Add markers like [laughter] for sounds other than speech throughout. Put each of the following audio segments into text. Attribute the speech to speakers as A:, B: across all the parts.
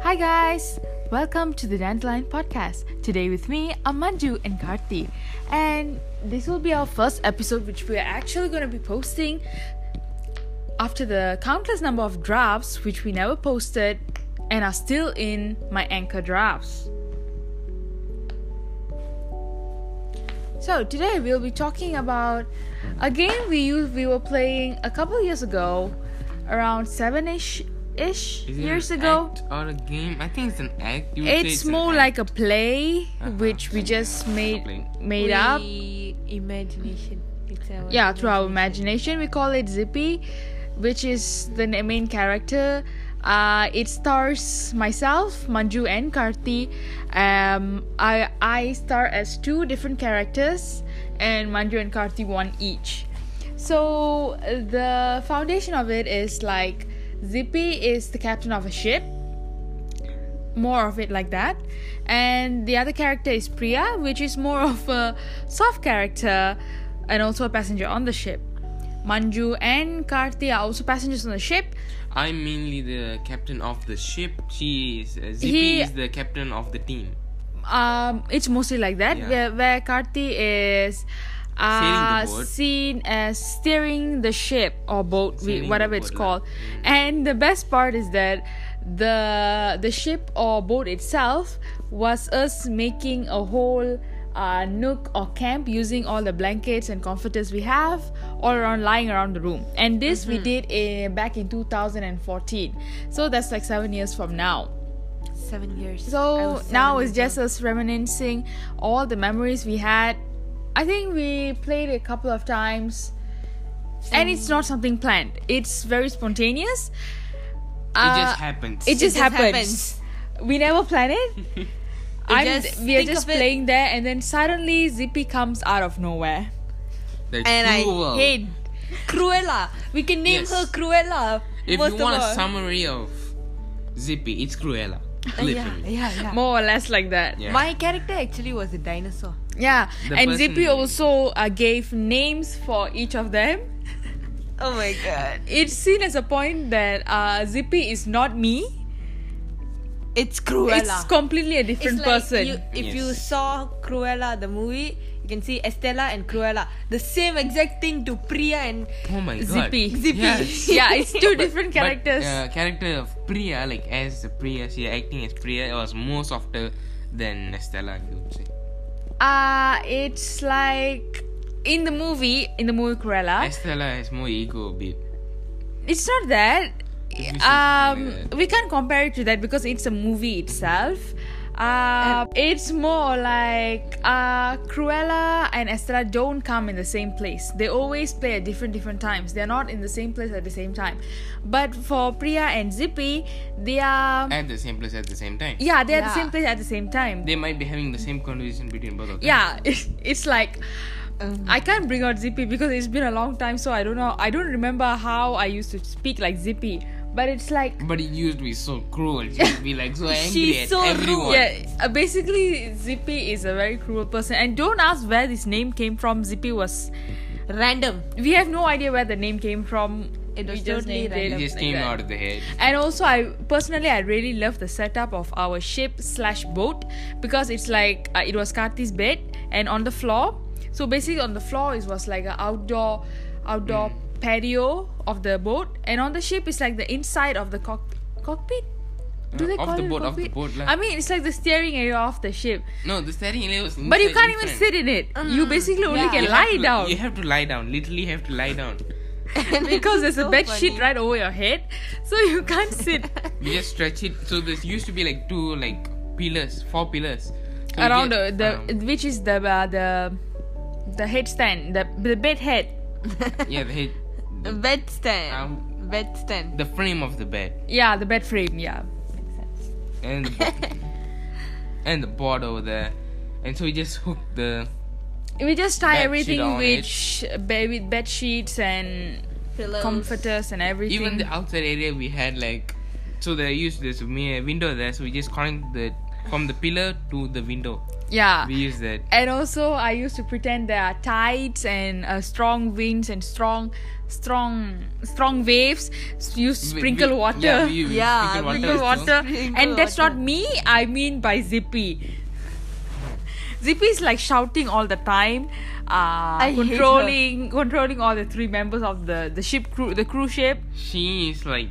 A: Hi guys, welcome to the Dandelion Podcast. Today with me are Manju and Karthi, and this will be our first episode, which we are actually going to be posting after the countless number of drafts which we never posted and are still in my anchor drafts. So today we'll be talking about a game we used, we were playing a couple years ago, around seven-ish ish
B: Is it
A: years
B: an
A: ago.
B: act or a game? I think it's an act. You would say
A: It's,
B: an
A: more
B: act.
A: like a play,
B: Uh-huh,
A: which we
B: yeah,
A: just made
B: play.
A: made up.
C: We- Imagination. It's our
A: Yeah, through our imagination, we call it Zippy, which is the na- main character. Uh, it stars myself, Manju, and Karthi. Um, I I star as two different characters, and Manju and Karthi one each. So uh, the foundation of it is like Zippy is the captain of a ship, more of it like that. And the other character is Priya, which is more of a soft character and also a passenger on the ship. Manju and Karthi are also passengers on the ship.
B: I'm mainly the captain of the ship. She is uh, Zippy
A: He-
B: is the captain of the team.
A: Um, it's mostly like that,
B: Yeah.
A: where, where Karthi is uh,
B: Steering the boat.
A: seen as steering the ship or boat, we-
B: Steering the
A: whatever it's
B: boat,
A: called.
B: like, mm.
A: And the best part is that the the ship or boat itself was us making a whole uh, nook or camp using all the blankets and comforters we have all around lying around the room. And this we
B: Mm-hmm.
A: did uh, back in 2014. So that's like seven years from now.
C: Seven years. I
A: So
C: was
A: now
C: seven
A: it's
C: years
A: just us reminiscing all the memories we had. I think we played a couple of times, and it's not something planned. It's very spontaneous.
B: it
A: Uh,
B: just happens.
A: it just
C: just
A: happens.
C: happens.
A: We never plan
B: [laughs]
A: it. I'm,
C: just
A: we are
C: think
A: just
C: of it.
A: playing there, and then suddenly Zippy comes out of nowhere.
B: That's
C: and I
B: cruel.
C: hate Cruella. We can name
B: Yes.
C: her Cruella.
B: If
C: most
B: you
C: of
B: want a
C: all.
B: summary of Zippy, it's
A: [laughs]
B: Cruella.
C: Uh, yeah,
B: Literally.
C: yeah, yeah.
A: More or less like that.
B: Yeah.
C: My character actually was a dinosaur.
A: Yeah.
B: The
A: And
B: person-
A: Zippy also uh, gave names for each of them.
C: Oh my god.
A: It's seen as a point that uh, Zippy is not me.
C: It's Cruella.
A: It's completely a different
C: It's like
A: person.
C: You, if you
B: Yes.
C: saw Cruella the movie, you can see Estella and Cruella. The same exact thing to Priya and
B: Oh my god.
A: Zippy.
C: Zippy.
B: Yes.
A: [laughs] yeah, it's two different [laughs]
B: But,
A: characters.
B: uh, character of Priya, like as Priya, she acting as Priya, it was more softer than Estella, you would say.
A: Uh, it's like in the movie, in the movie Cruella,
B: Estella has more ego a bit.
A: it's not that.
B: It's
A: Um,
B: like-
A: we can't compare it to that because it's a movie itself. Uh, it's more like uh, Cruella and Estella don't come in the same place. They always play at different different times. They're not in the same place at the same time. But for Priya and Zippy, they are
B: At the same place at the same time.
A: yeah they're at the
C: Yeah.
A: same place at the same time.
B: They might be having the same conversation between both of them.
A: yeah, [laughs] it's, it's like
C: um,
A: I can't bring out Zippy because it's been a long time, so I don't know. I don't remember how I used to speak like Zippy, but it's like
B: But it used to be so cruel. She used to be like
A: [laughs]
B: so angry
C: She's
B: at
C: so rude.
B: everyone.
A: yeah. uh, Basically, Zippy is a very cruel person, and don't ask where this name came from. Zippy was.
C: random. [laughs]
A: We have no idea where the name came from.
C: It was
A: We just
C: totally
A: named
B: It
C: random.
B: just
A: like
B: came
A: that.
B: out of the head.
A: And also, I personally, I really love the setup of our ship slash boat because it's like uh, it was Karti's bed and on the floor. So basically, on the floor it was like an outdoor, outdoor
B: Mm.
A: patio of the boat, and on the ship it's like the inside of the cock- cockpit. Do
B: Uh,
A: they
B: of
A: call
B: the
A: it a
B: boat, of the
A: cockpit?
B: boat, like-
A: I mean, it's like the steering area of the ship,
B: No, the steering wheel was.
A: but you
B: inside
A: can't
B: in
A: even
B: front.
A: sit in it. You basically only
C: Mm. Yeah.
A: can
B: You have
A: lie
B: to-
A: down
B: You have to lie down. Literally, have to lie down.
A: [laughs] because there's a
C: [laughs] So
A: bed sheet
C: funny.
A: right over your head, so you can't sit.
C: [laughs]
B: You just stretch it. So there used to be like two like pillars, four pillars. So you
A: around
B: get, um,
A: the, the which is the uh, the the headstand the the bed head
B: um, yeah the head,
C: Bed stand.
B: Um,
C: bed stand.
B: the frame of the bed,
A: yeah the bed frame yeah
B: and the bo-
A: [laughs]
B: and the board over there, and so you just hook the
A: we just tie
B: Bed sheet
A: everything
B: on
A: with
B: it.
A: sh- bed with bed sheets and
C: Pillows.
A: comforters and everything
B: uh, even the outside area we had like so there used this mi- window there so we just connect the From the pillar to the window.
A: Yeah.
B: We use that.
A: and also I used to pretend there are tides and uh, strong winds and strong, strong, strong waves. S- You
B: We-
A: sprinkle
B: we-
A: water.
B: Yeah, we, we
C: Yeah,
B: sprinkle water.
C: we
A: sprinkle
B: also.
A: water.
C: Sprinkle
A: and that's
C: water.
A: not me. I mean by Zippy. Zippy is like shouting all the time, uh,
C: I hate her.
A: controlling controlling all the three members of the the ship crew the crew ship.
B: She is like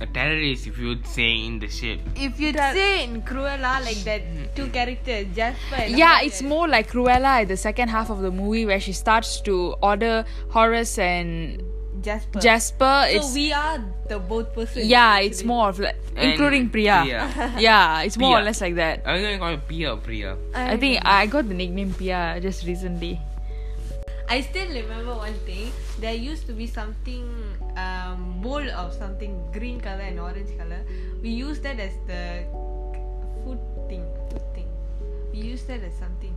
B: a terrorist, if you would say, in the ship.
C: If you
A: That-
C: say in Cruella like that, two characters, Jasper. And
A: yeah,
C: Horace.
A: it's more like Cruella at the second half of the movie where she starts to order Horace and
C: Jasper.
A: Jasper.
C: So
A: it's
C: we are the both persons.
A: yeah, it's
C: actually.
A: more of like
B: And
A: including Priya.
B: Priya.
A: yeah, it's more or
B: Priya.
A: less like that.
B: Are we going to call her Priya or Priya?
A: I think I got the nickname Priya just recently.
C: I still remember one thing. There used to be something um, bowl of something green color and orange color. We used that as the food thing. Food thing. We used that as something.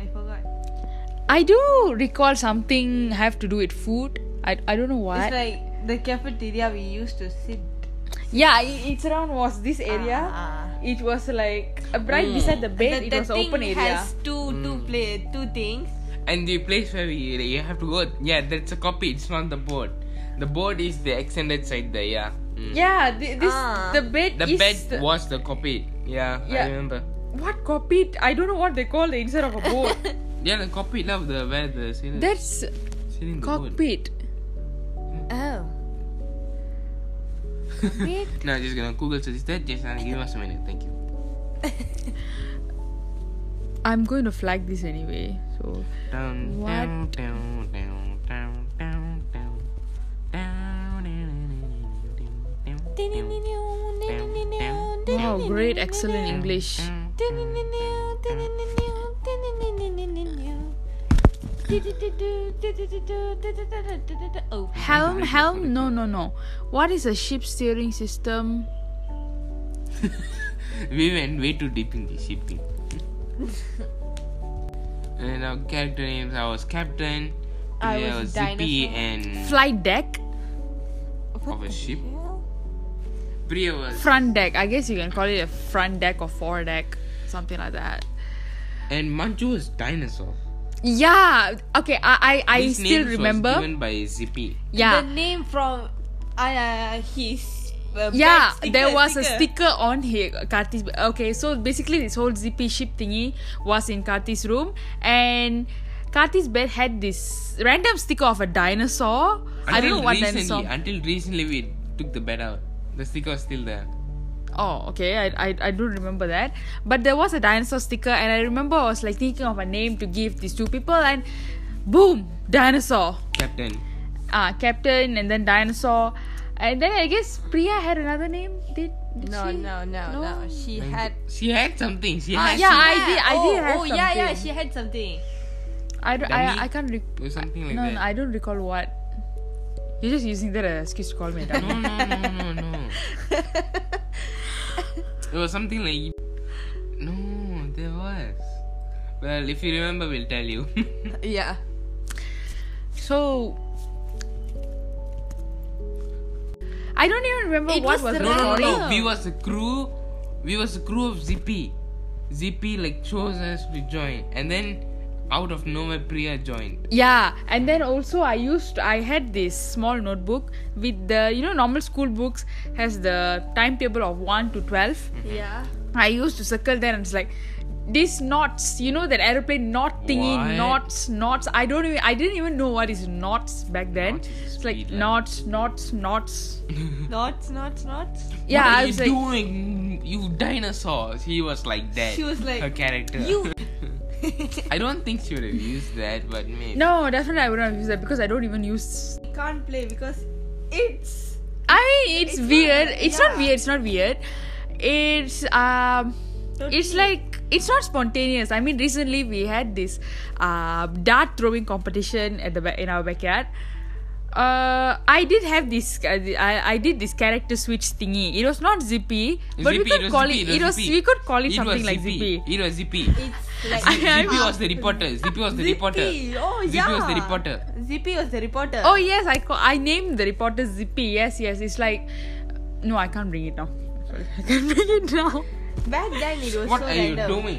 C: I forgot.
A: I do recall something have to do with food. I, I don't know why.
C: It's like the cafeteria we used to sit.
A: yeah, it, it's around was this area.
C: Ah, ah.
A: It was like uh, right beside the bed.
C: The-
A: it
C: the
A: was
C: thing
A: open area.
C: Has two two play two things.
B: And the place where we you have to go, yeah, that's a copy. It's not the board. The board is the extended side there, yeah. Mm.
A: Yeah, thi- this
C: Ah.
A: the bed.
B: The
A: is
B: bed was the copy. Yeah,
A: Yeah.
B: I remember.
A: what cockpit? I don't know what they call the inside of a
C: [laughs]
A: boat.
B: Yeah, the copy of the where Hmm. the sailing,
A: That's
B: sailing the boat.
A: cockpit.
C: Oh.
B: No, just gonna Google search that. Just uh, give us a minute. Thank you.
A: I'm going to flag this anyway. So
B: Down,
A: What?
B: down, down, down, down, down, down. Down, down, down, down, down,
A: wow, Oh, great, excellent English.
B: down,
C: Oh.
A: Helm, helm, no, no, no. What is a ship steering system?
B: down. We went way too deep in
A: [laughs]
B: the shipping. and our character names I was Captain,
C: I
B: Priya
C: was
B: Zippy,
C: Dinosaur.
B: and
A: Flight deck,
B: of a ship. Priya was
A: front deck. I guess you can call it a front deck or fore deck, something like that.
B: and Manju was dinosaur.
A: Yeah. Okay. I I, I
B: These
A: still
B: names was
A: remember.
B: given by Zippy.
A: [laughs] Yeah.
C: The name from uh, his. Uh,
A: yeah,
C: back sticker,
A: there was a sticker on here, Karti's. Okay, so basically, this whole zippy ship thingy was in Karti's room, and Karti's bed had this random sticker of a dinosaur. I don't know what
B: recently,
A: dinosaur.
B: Until recently, we took the bed out. The sticker was still there.
A: Oh, okay. I, I I do remember that. But there was a dinosaur sticker, and I remember I was like thinking of a name to give these two people, and boom, dinosaur.
B: Captain.
A: Ah, captain, and then dinosaur, and then I guess Priya had another name. Did, did
C: No,
A: she?
C: no, no, no, She had.
B: She had something. She
A: Ah,
B: had
A: yeah, I
C: She had-
A: did- I did
C: oh,
A: have
C: Oh, yeah, yeah,
A: something.
C: she had something.
A: I, don't, I,
B: Dummy?
A: I can't rec-
B: Or something like
A: no,
B: that.
A: No, I don't recall what. You're just using that as excuse to call me a dummy.
B: no, no, no, no, no. it was something like. No, there was. Well, if you remember, we'll tell you. [laughs]
C: Yeah.
A: so. I don't even remember
C: It
A: what
C: was
A: was
C: the
A: the
B: no, no, no,
A: story.
B: no. We was a crew. We was a crew of Zippy. Zippy like chose us to join, and then out of nowhere, Priya joined.
A: Yeah, and then also I used I had this small notebook with the you know normal school books has the timetable of one to twelve. [laughs]
C: Yeah.
A: I used to circle there and it's like these knots, you know that aeroplane knot thingy,
B: What?
A: knots, knots. I don't even I didn't even know what is knots back then.
B: Knots is
A: it's like
B: speed limit.
A: knots, knots,
B: [laughs]
A: knots.
C: Knots, knots, knots.
A: Yeah,
B: what are
A: I
B: you
A: was like
B: doing, you dinosaurs? He was like that.
C: She was like,
B: her character.
C: You.
B: [laughs] I don't think she would have used that, but maybe.
A: No, definitely I wouldn't have used that because I don't even use
C: We can't play because it's
A: I mean it's,
C: It's not
A: weird.
C: weird,
A: it's not
C: yeah.
A: weird, it's not weird. It's um
C: Totally.
A: it's like it's not spontaneous. I mean, recently we had this uh, dart throwing competition at the ba- in our backyard. Uh, I did have this. Uh, the- I, I did this character switch thingy. It was not zippy, but we
B: Zippy,
A: could
B: it was
A: call
B: Zippy,
A: it. It was
B: Zippy.
A: we could call it,
B: was
A: something like zippy.
B: It was zippy.
C: it's
A: [laughs]
C: like
A: I- I'm-
B: Zippy was the reporter. Zippy was the reporter.
C: Zippy. Oh
B: Zippy
C: yeah.
B: was the reporter.
C: Zippy was the reporter.
A: Oh yes, I ca- I named the reporter [laughs] zippy. Yes, yes. It's like no, I can't bring it now. Sorry, I can't bring it now.
C: Back then it was
B: What
C: so
B: are you
C: random.
B: doing?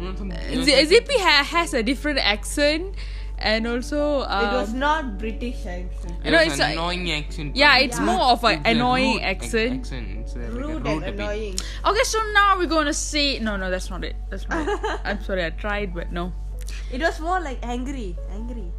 B: You know, some- you know,
A: Z-
B: something-
A: Zippy ha- has a different accent, and also
C: It was
A: um,
C: not British accent.
B: It
A: No,
B: was
A: it's a-
B: annoying accent.
A: yeah, it's
C: Yeah.
A: more of an
B: It's a
A: annoying
B: rude ac-
A: accent.
B: It's a- like a
C: Rude
B: rude
C: and
B: a bit.
C: annoying.
A: Okay, so now we're gonna say no, no, that's not it. That's not.
C: [laughs]
A: it. I'm sorry, I tried, but no.
C: It was more like angry, angry.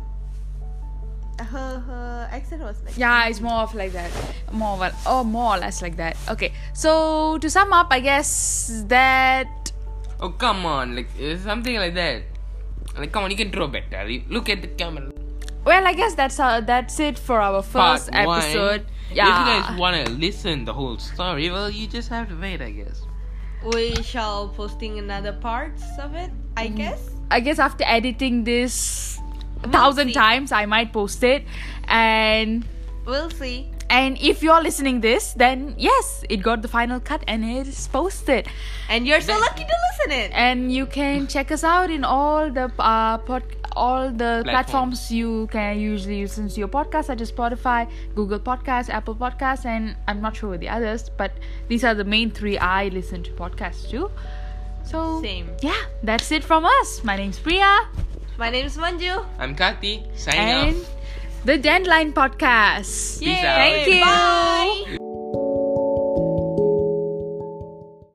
C: Her her accent was like
A: Yeah, it's more of like that. More of a, oh, more or less like that. Okay, so to sum up, I guess that
B: Oh come on, like it's something like that. Like come on, you can draw better. You- Look at the camera.
A: well, I guess that's uh, that's it for our first
B: Part one.
A: episode.
B: If you
A: Yeah.
B: guys wanna listen the whole story, well, you just have to wait, I guess.
C: We shall posting another parts of it, I
B: Mm-hmm.
C: guess.
A: I guess after editing this a
C: We'll
A: thousand
C: see.
A: times, I might post it, and
C: We'll see.
A: and if you're listening this, then yes, it got the final cut and it is posted.
C: And you're so lucky to listen it.
A: and you can check us out in all the uh, pod, all the
B: Platforms.
A: platforms you can usually listen to your podcast such as spotify google podcast apple podcast and i'm not sure with the others but these are the main three i listen to podcasts to so
C: Same.
A: yeah that's it from us my name's priya
C: My name is Manju.
B: I'm Kathy. Signing
A: and
B: off.
A: the dandelion podcast
B: Peace
C: Yay,
B: out.
A: Thank you.
C: Bye.